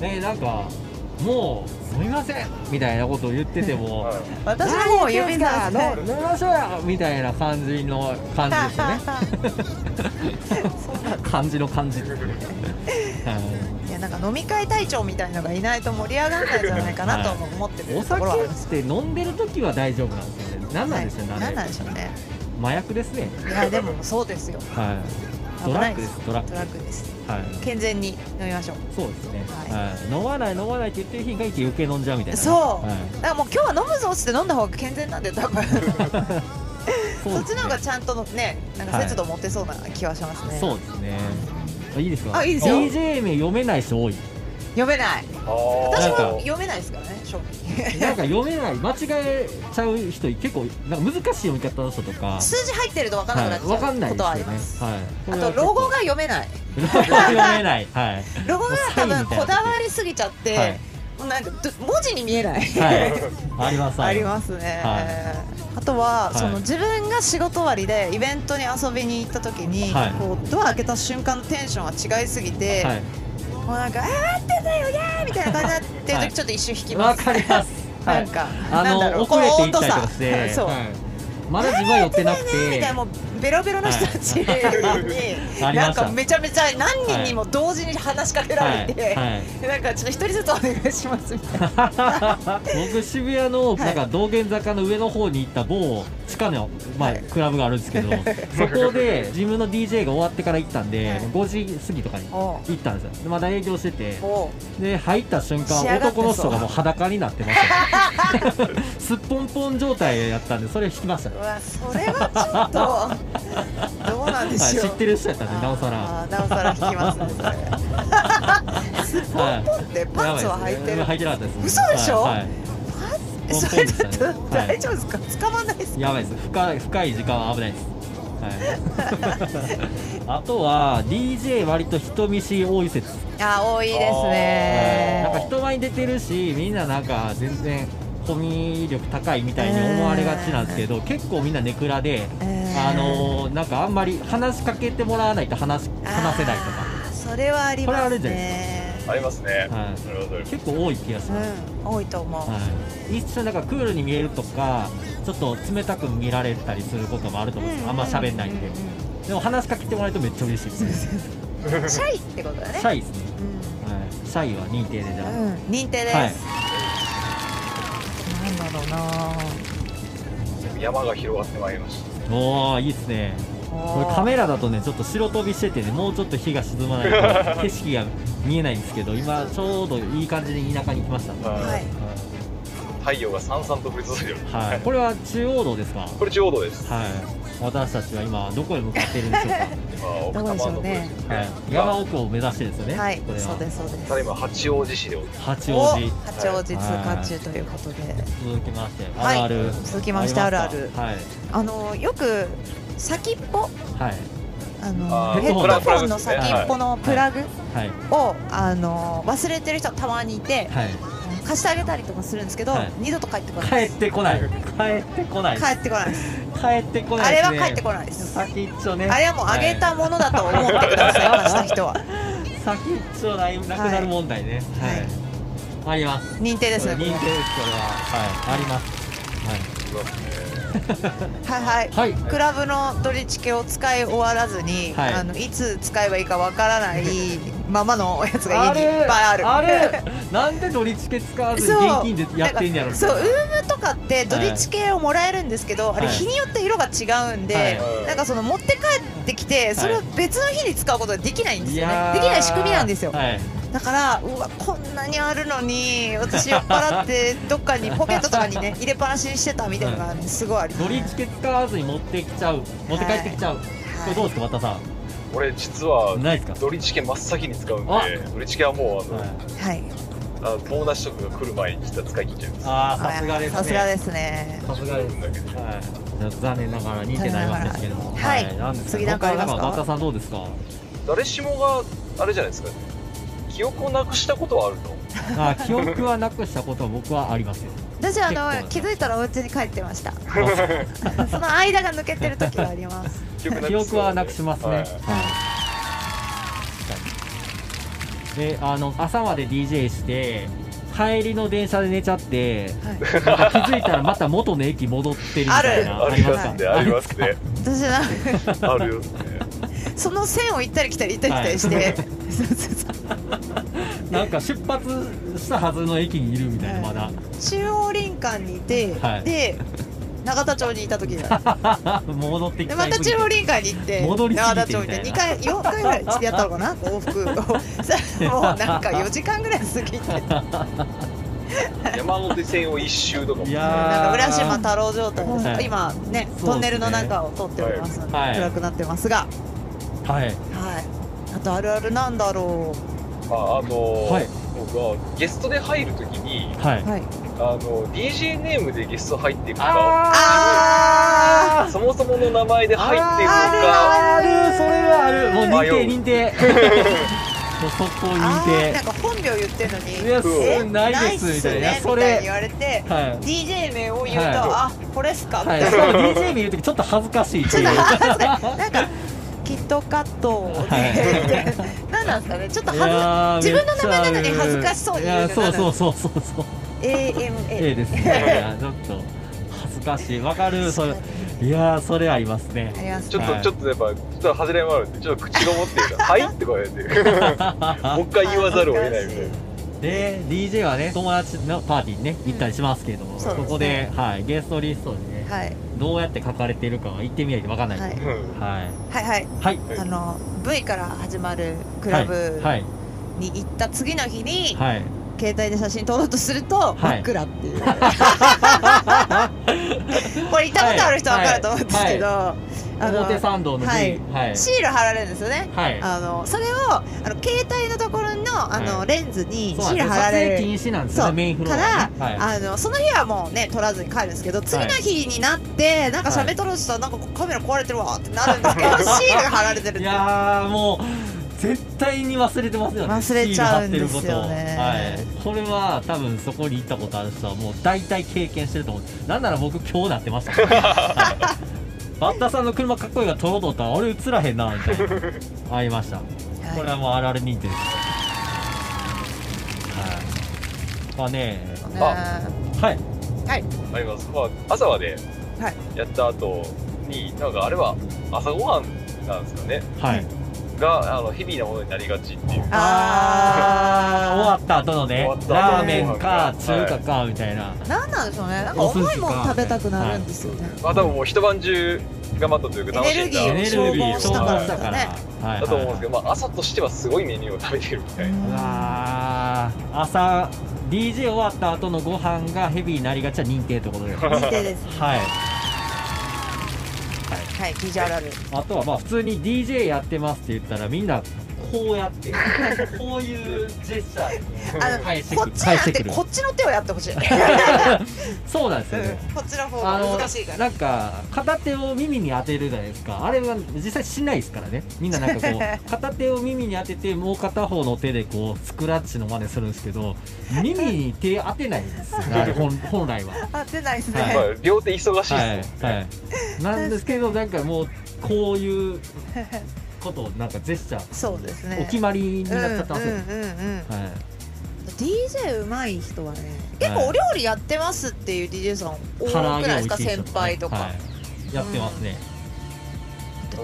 Speaker 2: ねなんかもう飲みませんみたいなことを言ってても
Speaker 3: はい
Speaker 1: うん私の方を指さ
Speaker 2: 何言ってんすか飲飲みましょうやみたいな感じの感じでしたね 感じの感じはい
Speaker 1: いやなんか飲み会隊長みたいのがいないと盛り上がらないんじゃないかなとも思ってる
Speaker 2: お
Speaker 1: ところはあ
Speaker 2: 酒
Speaker 1: り
Speaker 2: っ
Speaker 1: ます
Speaker 2: て飲んでる時は大丈夫なんですよね何なんですよね、
Speaker 1: はい何
Speaker 2: あれ
Speaker 1: なんでしょうね
Speaker 2: 麻薬ですね
Speaker 1: いやでもそうですよ
Speaker 2: はい
Speaker 1: 危
Speaker 2: ドラ
Speaker 1: ない
Speaker 2: ッグ
Speaker 1: で
Speaker 2: ですすドラッグ
Speaker 1: トラックです
Speaker 2: はい
Speaker 1: 健全に飲みましょう
Speaker 2: そうですね、
Speaker 1: は
Speaker 2: はい、飲まない飲まないって言ってる日がいて余計飲んじゃうみたいな
Speaker 1: そう
Speaker 2: はい、
Speaker 1: だからもう今日は飲むぞっつって飲んだ方が健全なんで多分
Speaker 2: う
Speaker 1: そっ
Speaker 2: で
Speaker 1: ち
Speaker 2: すね
Speaker 1: の方がちゃんとのねなんか節度持ってそうな気はしますね、
Speaker 2: そうですねいいですか
Speaker 1: あいいですよ
Speaker 2: DJ 名読めない人多い
Speaker 1: 読めない私も
Speaker 2: な
Speaker 3: 私
Speaker 2: んか
Speaker 1: 読めないですからね正味
Speaker 2: なんか読めない間違えちゃう人結構なんか難しい読み方の人と か
Speaker 1: 数字入ってると分かんなくなっち
Speaker 2: わか
Speaker 1: ゃ
Speaker 2: んな
Speaker 1: う
Speaker 2: い
Speaker 1: こと
Speaker 2: ですよ
Speaker 1: はあり
Speaker 2: ね
Speaker 1: ます、
Speaker 2: はい
Speaker 1: あとロゴが
Speaker 2: が
Speaker 1: 読めない
Speaker 2: ロゴが読めないはい
Speaker 1: ロゴが多分こだわりすぎちゃって、
Speaker 2: はい
Speaker 1: もうなんかど文字に見えない、
Speaker 2: はいあります
Speaker 1: ありますね、
Speaker 2: は
Speaker 1: あとは、
Speaker 2: はい
Speaker 1: その自分が仕事終わりでイベントに遊びに行った時に、
Speaker 2: はい
Speaker 1: こうドア開けた瞬間のテンションが違いすぎて、
Speaker 2: はい
Speaker 1: もうなんか「あー待ってたよイエー!」みたいな感じになってる時、
Speaker 2: はい
Speaker 1: ちょっと一瞬引き
Speaker 2: わ
Speaker 1: ます
Speaker 2: かります。は
Speaker 1: なん
Speaker 2: い。
Speaker 1: かな
Speaker 2: あ
Speaker 1: んだろ
Speaker 2: の
Speaker 1: うこ
Speaker 2: 遅
Speaker 1: の
Speaker 2: れて行
Speaker 1: 温
Speaker 2: った
Speaker 1: 度
Speaker 2: りと
Speaker 1: 差
Speaker 2: かして、
Speaker 1: そう、
Speaker 2: はいまだ自分は寄ってな く
Speaker 1: ねーみたいな
Speaker 2: て、
Speaker 1: もうベロベロの人たちに、
Speaker 2: ありました
Speaker 1: なんかめちゃめちゃ何人にも同時に話しかけられて、
Speaker 2: は い。
Speaker 1: なんかちょっと一人ずつお願いしますみたいな
Speaker 2: はい、僕渋谷の
Speaker 1: い
Speaker 2: なんか道玄坂の上の方に行った某地下のまあ
Speaker 1: はい
Speaker 2: クラブがあるんで すけど、そこで自分の DJ が終わってから行ったんで、
Speaker 1: はい
Speaker 2: 5時過ぎとかに行
Speaker 1: おう
Speaker 2: ったんですよ。でまだ営業してて、
Speaker 1: おう
Speaker 2: で入った瞬間
Speaker 1: 仕上がってそう
Speaker 2: 男の人がもう裸になってましたね。 すっぽんぽん状態やったんでそれ引きましたね
Speaker 1: う。わそれはちょっとどうなんで
Speaker 2: はい、
Speaker 1: しょう、
Speaker 2: 知ってる人やったんでなおさら
Speaker 1: あーなおさら引きますね それ
Speaker 2: はい
Speaker 1: ポンってパンツは履いてる
Speaker 2: やばいですねうん履いてなかったです
Speaker 1: 嘘でしょ
Speaker 2: はいはい
Speaker 1: えそれちょっと大丈夫 ですか、捕まんないですか
Speaker 2: やばいです深い深い時間は危ないです、 はい、あとは DJ 割と人見知り多い説
Speaker 1: あー多いです
Speaker 2: な
Speaker 1: ね
Speaker 2: んか人前に出てるしみんななんか全然コミュ力高いみたいに思われがちなんですけど結構みんなネクラで、
Speaker 1: えー
Speaker 2: あのーなんかあんまり話しかけてもらわないと話し話せないとか、
Speaker 1: あーそれはありま
Speaker 2: これあ
Speaker 1: す
Speaker 2: るじゃない
Speaker 1: ね
Speaker 3: ありますね
Speaker 2: はい
Speaker 3: それはそれ
Speaker 2: 結構多い気がします、
Speaker 1: うん多いと思う、
Speaker 2: はい、一瞬なんかクールに見えるとかちょっと冷たく見られたりすることもあると思うんですよ、あんま喋んないんで、
Speaker 1: う
Speaker 2: でも話しかけてもらえるとめっちゃ嬉しいですね
Speaker 1: んうんシャイってことだね
Speaker 2: シャイですね、はい、シャイは認定でじ
Speaker 1: う
Speaker 2: ゃ
Speaker 1: ん、うん、認定です、
Speaker 2: あ、はい、
Speaker 1: なんだろうな
Speaker 3: 山が広がってまいりまし
Speaker 2: おおいいですねこれカメラだとねちょっと白飛びしててねもうちょっと日が沈まないと景色が見えないんですけど今ちょうどいい感じに田舎に来ました、
Speaker 3: た
Speaker 2: は
Speaker 1: は
Speaker 3: はい
Speaker 1: い
Speaker 3: 太陽がさんさんと降り注いでる
Speaker 2: はい、これは中央道ですか
Speaker 3: これちょうどです
Speaker 2: はい私たちは今どこへ向かっているんで しょう
Speaker 3: まあ奥多摩の方です
Speaker 2: か、は
Speaker 3: ね
Speaker 2: い、山奥を目指してですよね、
Speaker 1: はい
Speaker 2: これは
Speaker 1: そうですそうです
Speaker 3: ただ今八王子市でおります
Speaker 2: 八
Speaker 1: お
Speaker 2: 王子
Speaker 1: 八王子通過中ということで、
Speaker 2: 続きまして
Speaker 1: はい
Speaker 2: あるある、
Speaker 1: 続きましてあるある
Speaker 2: はい
Speaker 1: あのよく先っぽ
Speaker 2: はい
Speaker 1: あ
Speaker 3: あ
Speaker 1: の
Speaker 2: ー
Speaker 1: ヘッドフォンの先
Speaker 2: プラグですね
Speaker 1: っぽのプラグ
Speaker 2: はい
Speaker 1: をあの忘れてる人たまにいて
Speaker 2: はい
Speaker 1: 貸してあげたりとかするんですけど、
Speaker 2: はい
Speaker 1: 二度と帰ってこない
Speaker 2: 帰
Speaker 1: で
Speaker 2: っ
Speaker 1: す
Speaker 2: てこない帰ってこない
Speaker 1: 帰ってこないです
Speaker 2: 帰ってこな
Speaker 1: あ
Speaker 2: いで
Speaker 1: れ
Speaker 2: すね
Speaker 1: は帰ってこないです
Speaker 2: 先っちょね
Speaker 1: あれはもうあげたものだと思ってく ださい、
Speaker 2: はい
Speaker 1: 貸した人は
Speaker 2: 先っちょないなくなる問題ね
Speaker 1: はい
Speaker 2: はいあります
Speaker 1: 認定です
Speaker 2: 認定
Speaker 1: ね
Speaker 2: ですこれははいあります
Speaker 1: はいはい
Speaker 2: はいはい
Speaker 1: クラブの取り付けを使い終わらずに、
Speaker 2: はい
Speaker 1: い、あのいつ使えばいいかわからないままのやつが家にいっぱいある
Speaker 2: あれなんで取り付け使わずに現金でやってんやろ
Speaker 1: なんかそうウームとかって土日系をもらえるんですけど、あれ
Speaker 2: はい
Speaker 1: 日によって色が違うんで、
Speaker 2: はい
Speaker 1: なんかその持って帰ってきてそれを別の日に使うことができないんですよね、
Speaker 2: やー
Speaker 1: できない仕組みなんですよ、
Speaker 2: はい
Speaker 1: だからうわこんなにあるのに私酔っ払ってどっかにポケットとかに ね入れっぱなしにしてたみたいなのがねすごいあります、
Speaker 2: 取り付け使わずに持ってきちゃう持って帰ってきちゃう、これどうですか渡さ
Speaker 3: 俺実は
Speaker 2: んないですか
Speaker 3: ドリチケ真っ先に使うん
Speaker 2: あ
Speaker 3: でドリチケはもうあの、
Speaker 2: はい
Speaker 1: はい
Speaker 3: あボーナス食が来る前に実は使い切っちゃいます
Speaker 2: ああさすがですね
Speaker 1: さすがですね
Speaker 2: さすがです
Speaker 3: だけど
Speaker 2: はい残念ながら認定になりますけれども
Speaker 1: はい
Speaker 2: なんです
Speaker 1: 次なんかありますか
Speaker 2: 渡さんどうです か
Speaker 3: 誰しもがあれじゃないですか記憶をなくしたことはあるの
Speaker 2: あ記憶はなくしたことは僕はあり ますよ
Speaker 1: 私あ
Speaker 2: 結構
Speaker 1: の気づいたらお家に帰ってました その間が抜けてる時があります
Speaker 3: 記憶なくす
Speaker 2: 記憶はなくしますね、
Speaker 3: は
Speaker 2: はいい確かにであの朝まで DJ して帰りの電車で寝ちゃって
Speaker 1: はい
Speaker 2: なんか気づいたらまた元の駅戻ってるみたいな
Speaker 3: ありますね
Speaker 2: か
Speaker 3: ありますね
Speaker 1: 私なんか
Speaker 3: あるよね
Speaker 1: その線を行ったり来たり行ったり来たりして、
Speaker 2: はい
Speaker 1: そうそうそう
Speaker 2: なんか出発したはずの駅にいるみたいなまだ、
Speaker 1: 中央林間にいて、
Speaker 2: はい
Speaker 1: で永田町にいた時だ
Speaker 2: 戻ってき
Speaker 1: で
Speaker 2: た
Speaker 1: また中央林間に行って
Speaker 2: 戻り過
Speaker 1: 永
Speaker 2: ぎ
Speaker 1: 田
Speaker 2: て
Speaker 1: 町
Speaker 2: み
Speaker 1: に
Speaker 2: たいな
Speaker 1: 2回4回ぐらいやったのかな往復をさ もうなんか4時間ぐらい過ぎてなんか
Speaker 3: 山手線を一周とかも
Speaker 2: い
Speaker 3: ね
Speaker 2: や
Speaker 1: 浦島太郎状態です、
Speaker 2: はい
Speaker 1: 今ね
Speaker 2: そうですね
Speaker 1: トンネルの中を通っておりますので、
Speaker 2: はい
Speaker 1: 暗くなってますが
Speaker 2: はい
Speaker 1: はいあとあるあるなんだろ
Speaker 3: ああの、
Speaker 2: はい
Speaker 3: 僕はゲストで入るときに
Speaker 2: はいう
Speaker 1: はい
Speaker 3: あの DJ ネームでゲスト入っていくのか
Speaker 1: あ
Speaker 2: ー
Speaker 3: そもそもの名前で入っていくのか
Speaker 2: あるあるそれはあるもう認定
Speaker 3: 迷う
Speaker 2: 認 定もう速攻
Speaker 1: あーなん
Speaker 2: 認
Speaker 1: か本名言ってるのに
Speaker 2: 定いや
Speaker 3: う
Speaker 2: す
Speaker 1: え
Speaker 2: ないですみたいな
Speaker 1: っすね
Speaker 2: そ
Speaker 1: みたいに
Speaker 2: れ
Speaker 1: 言われて
Speaker 2: は
Speaker 1: DJ 名を言うと、
Speaker 2: はい
Speaker 1: あこれっすかみ
Speaker 2: い、
Speaker 1: た
Speaker 2: はいい、
Speaker 1: な、
Speaker 2: しかも DJ 見るときちょっと恥ずかしいって
Speaker 1: ちょっ
Speaker 2: い
Speaker 1: と
Speaker 2: う
Speaker 1: 恥ずかしいなんかキットカットで、何 なんですかねちょっと
Speaker 2: いやー
Speaker 1: 恥ず自分の名前なのに恥ずかしそうに
Speaker 2: い
Speaker 1: 言
Speaker 2: や
Speaker 1: う
Speaker 2: ー
Speaker 1: の
Speaker 2: そう
Speaker 1: 何
Speaker 2: そ
Speaker 1: な
Speaker 2: うそうそうそう A
Speaker 1: AMA
Speaker 2: ですねいやちょっと恥ずかしいわかるそれいやーそれありますね
Speaker 1: あります
Speaker 3: ちょっ
Speaker 2: は
Speaker 3: と
Speaker 2: い
Speaker 3: ちょっとやっぱちょっと外れもあるんでちょっと口が持ってるから「はい?」とか言 ってもう一回言わざるを得ないみたいな
Speaker 2: で DJ はね友達のパーティーにね行ったりしますけれども、
Speaker 1: ん
Speaker 2: そ
Speaker 1: そうですね
Speaker 2: こで、はい、ゲストリストにね、
Speaker 1: はい
Speaker 2: どうやって書かれているかは行ってみないとわかんない
Speaker 1: はい
Speaker 2: で、
Speaker 3: うん
Speaker 2: はい
Speaker 1: はいはい
Speaker 2: はい
Speaker 3: はい
Speaker 1: あの V から始まるクラブ
Speaker 2: はい
Speaker 1: に行った次の日に、
Speaker 2: はい
Speaker 1: 携帯で写真撮ろうとすると、
Speaker 2: はい
Speaker 1: 真っ暗 っていうこれ行ったことある人は分かると思うんですけど、あの
Speaker 2: 表参道の V は
Speaker 1: はいい
Speaker 2: はい
Speaker 1: シール貼られるんですよね
Speaker 2: はい
Speaker 1: あのそれをあの携帯のところのあの、
Speaker 2: はい
Speaker 1: レンズに
Speaker 2: そうな
Speaker 1: シー
Speaker 2: んで
Speaker 1: ル
Speaker 2: す
Speaker 1: 貼られ
Speaker 2: 撮影
Speaker 1: る
Speaker 2: 禁止なんですよ
Speaker 1: そ
Speaker 2: ね
Speaker 1: う
Speaker 2: メインフロ
Speaker 1: か
Speaker 2: アは
Speaker 1: ら、
Speaker 2: ね、はい
Speaker 1: あのその日はもうね撮らずに帰るんですけど次の日になって、なんか
Speaker 2: はい
Speaker 1: 喋っとる人なんかカメラ壊れてるわってなるん ですけどシールが貼られてる
Speaker 2: いやーもう絶対に忘れてますよね
Speaker 1: 忘れちゃうんですよね
Speaker 2: シール貼ってることをはい、これは多分そこに行ったことある人はもう大体経験してると思うなんなら僕今日なってましたも んね、はいバッタさんの車かっこいいが撮ろうと思ったらあれ映らへんなみたいなありました
Speaker 1: はい
Speaker 2: これはもうあるある認定ですはいまあね
Speaker 1: あ
Speaker 2: はい
Speaker 3: あります、まあ、朝まで
Speaker 1: はい
Speaker 3: やった後に、なんかあれは朝ごはんなんですかね
Speaker 2: はい
Speaker 3: があのヘビーなものになりがちっていう
Speaker 2: 終わ
Speaker 1: あ
Speaker 2: った後のね
Speaker 3: 終わった後の
Speaker 2: ラーメンか中華かみたいな、
Speaker 1: ーなんなんでしょうねなんか重いもん食べたくなるんですよね、
Speaker 3: まあ多分もう一晩中頑張ったというか楽しんだ
Speaker 1: エ
Speaker 2: エネ
Speaker 1: ネ
Speaker 2: ル
Speaker 1: ル
Speaker 2: ギ
Speaker 1: ギー
Speaker 2: ーを
Speaker 1: を
Speaker 2: 消
Speaker 1: 消
Speaker 2: 耗
Speaker 1: 耗
Speaker 2: し
Speaker 1: したたから
Speaker 2: か、
Speaker 1: ら
Speaker 2: はい
Speaker 3: だと思うんですけど、まあ、朝としてはすごいメニューを食べてるみたいな、
Speaker 2: うわー朝 DJ 終わった後のご飯がヘビーになりがちは認定ということ
Speaker 1: 認
Speaker 2: で はい
Speaker 1: 定ですはい記事あるある
Speaker 2: あとはまあ普通に DJ やってますって言ったらみんなこうや ってこういうジェスチャーでこう
Speaker 1: あの
Speaker 2: 返して
Speaker 1: こ
Speaker 2: く
Speaker 1: っ
Speaker 2: る
Speaker 1: ちじゃなく
Speaker 2: 返して
Speaker 1: て
Speaker 2: くる
Speaker 1: こっちの手をやってほ しい、うん、こ
Speaker 2: そうなんですよね、
Speaker 1: っちの方
Speaker 2: あ
Speaker 1: が
Speaker 2: の
Speaker 1: 難しいから
Speaker 2: なんか片手を耳に当てるじゃないですかあれは実際しないですからねみんななんか こう片手を耳に当ててもう片方の手でこうスクラッチの真似するんですけど耳に手当てないん ですよねあれ本本来は。
Speaker 1: あ出ないですね、
Speaker 2: はい
Speaker 3: まあ、両手忙しい
Speaker 2: は
Speaker 3: で
Speaker 2: い
Speaker 3: すもん
Speaker 2: は
Speaker 3: ね。
Speaker 2: い、なんですけどなんかもうこういうことをなんかジェスチャー
Speaker 1: そうですね
Speaker 2: お決まりに
Speaker 1: うんうんう
Speaker 2: なんっちゃったんですよ、
Speaker 1: うんうん
Speaker 2: はい
Speaker 1: DJ うまい人はね結構お料理やってますっていう DJ さん多く
Speaker 2: 唐
Speaker 1: な
Speaker 2: 揚
Speaker 1: い
Speaker 2: げ美
Speaker 1: で
Speaker 2: 味
Speaker 1: すか
Speaker 2: しいですよ
Speaker 1: 先
Speaker 2: ね
Speaker 1: 輩とか、
Speaker 2: はい、やってますね、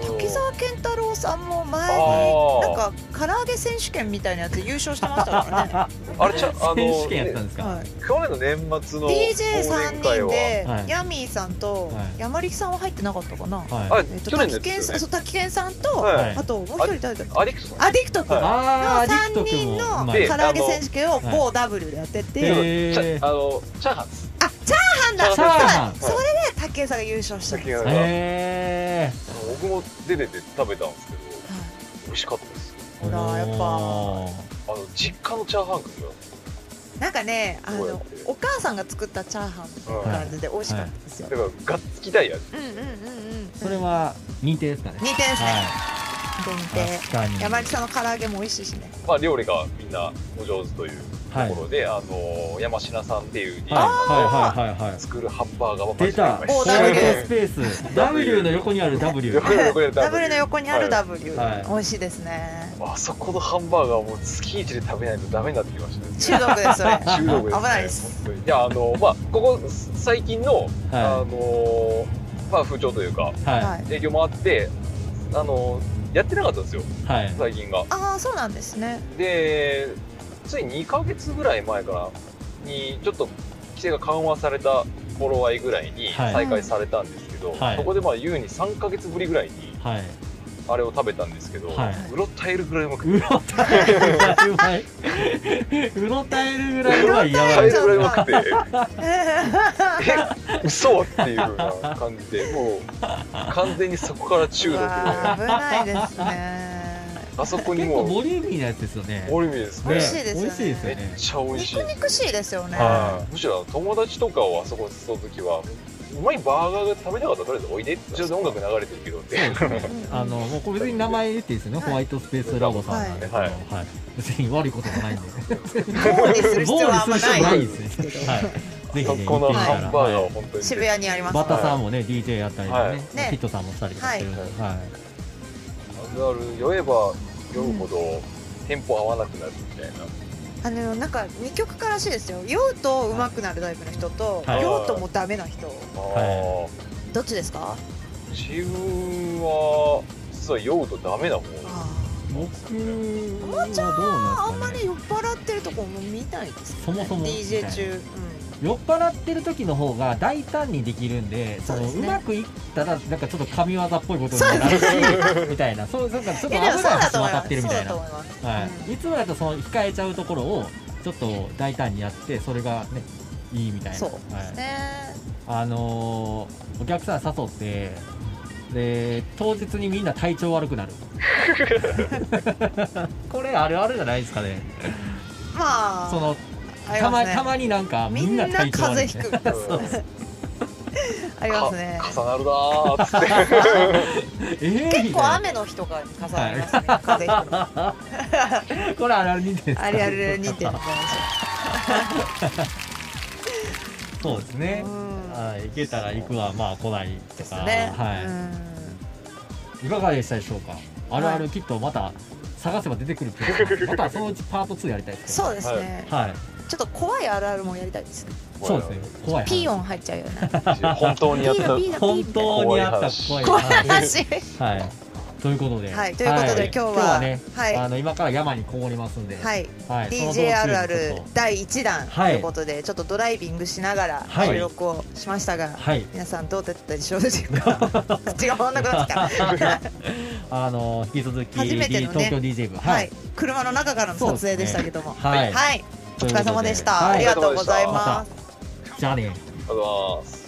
Speaker 1: 滝沢健太郎さんも前に
Speaker 3: あー
Speaker 1: なんか唐揚げ選手権みたいなやつ優勝してましたから ね、
Speaker 3: あれちゃあの、
Speaker 2: 選手権やったんですか、
Speaker 1: はい、
Speaker 3: 去年の年末の忘
Speaker 1: DJ3
Speaker 3: 年会
Speaker 1: 人
Speaker 3: は、
Speaker 1: で、
Speaker 2: はい
Speaker 1: ヤミーさんと
Speaker 2: はい
Speaker 1: 山力さんは入ってなかったかな、
Speaker 2: はい
Speaker 3: あ
Speaker 1: えっと
Speaker 3: 去年の
Speaker 1: 滝
Speaker 3: やつで
Speaker 1: 健さ
Speaker 3: すよ
Speaker 1: ん
Speaker 3: ね。
Speaker 1: そう滝健さんと、
Speaker 3: はい
Speaker 1: あともう一人誰だっ
Speaker 3: アリクソン
Speaker 1: たアディクト君の
Speaker 3: は
Speaker 2: ああ、リク
Speaker 1: 3
Speaker 2: ト君
Speaker 1: 人
Speaker 2: も
Speaker 1: の唐
Speaker 2: まあ
Speaker 3: で
Speaker 1: 揚げ選手権を
Speaker 2: あの
Speaker 1: 某ダブルでやってて、
Speaker 2: で
Speaker 1: あ
Speaker 2: えー
Speaker 3: ちゃあのチャーハンです。
Speaker 1: チャーハンだ
Speaker 2: チャーハン
Speaker 1: そうだそれで滝健さんが優勝したんです
Speaker 3: 滝健さん
Speaker 1: はい
Speaker 3: が
Speaker 2: えー
Speaker 3: 僕も出てて食べたんですけど、美味しかったです。
Speaker 1: ほらやっ
Speaker 2: お
Speaker 3: あの実家のチャーハン君が、
Speaker 1: なんかねあ
Speaker 3: こうや
Speaker 1: の
Speaker 3: って
Speaker 1: お母さんが作ったチャーハンみたいな感じで美味しかったですよ、
Speaker 3: だからガッツきたいや
Speaker 1: うんうんうんうん
Speaker 2: ーそれは認定ですかね
Speaker 1: 認定ですね
Speaker 2: は
Speaker 1: 認
Speaker 2: い
Speaker 1: 定
Speaker 2: 確かに
Speaker 1: 山力さんの唐揚げも美味しいしね
Speaker 3: まあ料理がみんなお上手というところで、あの山科さんっていう
Speaker 2: はい
Speaker 3: が
Speaker 2: はいはいはいはい
Speaker 3: 作るハンバーガーは
Speaker 2: 出た
Speaker 3: マジで
Speaker 1: お
Speaker 2: ホ
Speaker 3: うまい
Speaker 1: W
Speaker 2: ワイトスペース W の横にある W
Speaker 3: 横に横にある
Speaker 1: ダブルの横にある
Speaker 3: は
Speaker 1: W、
Speaker 2: はい
Speaker 1: 美味しいですね
Speaker 3: いあそこのハンバーガーはもう月一で食べないとダメになってきましたね。
Speaker 1: 中毒ですそれ
Speaker 3: 中毒です、ね、
Speaker 1: 危ないです
Speaker 3: 本当に。いやあのまあここ最近の、あ
Speaker 2: は
Speaker 3: のまあ風潮というか
Speaker 2: いは
Speaker 1: はい
Speaker 3: 営業もあってあのやってなかったんですよ
Speaker 2: いはい
Speaker 3: 最近が。
Speaker 1: ああそうなんですね
Speaker 3: でつい2ヶ月ぐらい前からにちょっと規制が緩和された頃合いぐらいに
Speaker 2: はい
Speaker 3: 再開されたんですけど、
Speaker 2: はい
Speaker 3: そこでまあ優に3ヶ月ぶりぐらいに
Speaker 2: はい
Speaker 3: あれを食べたんですけど、
Speaker 2: はいう
Speaker 3: ろたえるぐらいうまくて
Speaker 2: うろたえるぐらいうまいうろたえるぐらいうまいやば
Speaker 3: 耐え
Speaker 2: い
Speaker 3: るぐらいうまくて
Speaker 1: 中
Speaker 3: え嘘っていうような感じでもう完全にそこか ら中毒であ
Speaker 1: 危ないですね
Speaker 3: そこに
Speaker 2: 結構
Speaker 3: も
Speaker 2: ボリューミーなやつですよね
Speaker 3: うオリミです
Speaker 1: 美
Speaker 3: ね
Speaker 1: 味しいですよね
Speaker 2: 美味しいです
Speaker 3: め
Speaker 2: よ
Speaker 3: っ
Speaker 2: ね
Speaker 3: ちゃ美味しい
Speaker 1: 肉肉しいですよね、
Speaker 2: は
Speaker 3: むしろ友達とかをあそこに誘う時はうまいバーガーが食べたかったらとりあえずおいでってちょっと音楽流れてる けどって
Speaker 1: うんうん
Speaker 2: あのもうこれ別に名前言っていいですよね、
Speaker 1: はい
Speaker 2: ホワイトスペースラボさんなんで、
Speaker 3: はい
Speaker 2: あのはい別に悪いこともない んで、
Speaker 1: 棒にする必要はあ んま
Speaker 2: 必要
Speaker 1: な
Speaker 2: ないいですね。はい、ぜひ
Speaker 3: そ
Speaker 2: ね、
Speaker 3: この
Speaker 2: 見てみた
Speaker 3: ハ
Speaker 2: ら
Speaker 3: ンバーガー
Speaker 2: は
Speaker 3: を本当に
Speaker 1: 渋谷にありま
Speaker 2: い
Speaker 1: す
Speaker 2: バタさんもね、DJ やったりとか
Speaker 3: はい
Speaker 2: ね、
Speaker 1: ね
Speaker 2: ヒットさんもしたりとかしてるんで、
Speaker 3: はい
Speaker 2: はい
Speaker 3: あるある酔えば酔うほどテンポ合わなくなるみたいな、
Speaker 1: あのなんか二極化らしいですよ酔うと上手くなるタイプの人と、
Speaker 2: はい
Speaker 1: 酔うともうダメな人
Speaker 2: は
Speaker 3: あ
Speaker 1: どっちですか
Speaker 3: ー自分は実は酔うとダメな方
Speaker 1: あ
Speaker 2: 僕はどう
Speaker 1: ーあ
Speaker 2: なんん
Speaker 1: ま
Speaker 2: です
Speaker 1: り
Speaker 2: かね。
Speaker 1: 酔っ払ってるとこも見ないです
Speaker 2: そもそも
Speaker 1: DJ 中、
Speaker 2: 酔っ払ってる時の方が大胆にできるんで、その
Speaker 1: そうです
Speaker 2: う
Speaker 1: ね
Speaker 2: まくいったらなんかちょっと神業っぽいことになるし、みたいな、そうなんかちょ
Speaker 1: う
Speaker 2: っ
Speaker 1: ん、
Speaker 2: と
Speaker 1: い
Speaker 2: 危
Speaker 1: やで
Speaker 2: ない
Speaker 1: もそうだと思い
Speaker 2: 橋渡
Speaker 1: ま
Speaker 2: っ
Speaker 1: す
Speaker 2: てる
Speaker 1: そう
Speaker 2: みた
Speaker 1: だ
Speaker 2: い
Speaker 1: と
Speaker 2: な。
Speaker 1: 思います、
Speaker 2: はい、いつもだとその控えちゃうところをちょっと大胆にやってそれがねいいみたいな、
Speaker 1: そう
Speaker 2: は
Speaker 1: です
Speaker 2: い、
Speaker 1: ね、
Speaker 2: あのーお客さん誘ってで当日にみんな体調悪くなる これあるあるじゃないですかね
Speaker 1: まあ
Speaker 2: その
Speaker 1: あり
Speaker 2: た
Speaker 1: ま
Speaker 2: ます
Speaker 1: ね
Speaker 2: たまになんかみ
Speaker 1: み
Speaker 2: ん
Speaker 1: ん
Speaker 2: な
Speaker 1: な
Speaker 2: 体調
Speaker 1: 風
Speaker 2: 悪い、
Speaker 1: 邪ひく
Speaker 2: ね、
Speaker 3: そう
Speaker 1: ありますね
Speaker 3: か重なるなーっつって
Speaker 2: えー
Speaker 1: 結
Speaker 2: みた
Speaker 1: 構
Speaker 2: いな
Speaker 1: 雨の日とかに重なりますね、風邪ひくの
Speaker 2: これあるある2点ですか
Speaker 1: あれあれ2点
Speaker 2: そうですね、
Speaker 1: うん
Speaker 2: はい、行けたら行くはまあ来ないと
Speaker 1: です
Speaker 2: か、
Speaker 1: ね、
Speaker 2: はい、
Speaker 1: うん
Speaker 2: いかがでしたでしょうかあるあるきっとまた探せば出てくるというかまたそのうちパート2やりたいですけど
Speaker 1: そうですね、
Speaker 2: はい
Speaker 1: ちょっと怖いあるあるもやりたいです
Speaker 2: そうですね怖い話
Speaker 1: ピー音入っちゃうような
Speaker 3: 本当にやった
Speaker 1: ピーのピーの
Speaker 2: 本
Speaker 1: ピーみたいな
Speaker 2: 当にあった怖い
Speaker 1: 怖い
Speaker 2: 話
Speaker 1: 話
Speaker 2: はいということで
Speaker 1: はいということで今日は
Speaker 2: ね
Speaker 1: はい
Speaker 2: あの今から山にこもりますんで
Speaker 1: はい
Speaker 2: はいその道中
Speaker 1: DJ あるあ
Speaker 2: ちょ
Speaker 1: る
Speaker 2: っと
Speaker 1: 第1弾と
Speaker 2: はい
Speaker 1: いうことで、ちょっとドライビングしながら
Speaker 2: はい
Speaker 1: 収録をしましたが、
Speaker 2: はい
Speaker 1: 皆さんどうだったでしょうでしょう か口が回んなくなってきた
Speaker 2: あの引き続き
Speaker 1: 初めてのね
Speaker 2: 東京 DJ 部
Speaker 1: は
Speaker 2: はいい、
Speaker 1: 車の中からの撮影でしたけども、
Speaker 2: はい
Speaker 1: はい、お疲れ様でした、
Speaker 2: はい
Speaker 1: ありがとうござい
Speaker 2: ま
Speaker 1: ます
Speaker 2: たじゃあね
Speaker 3: ありがとうございます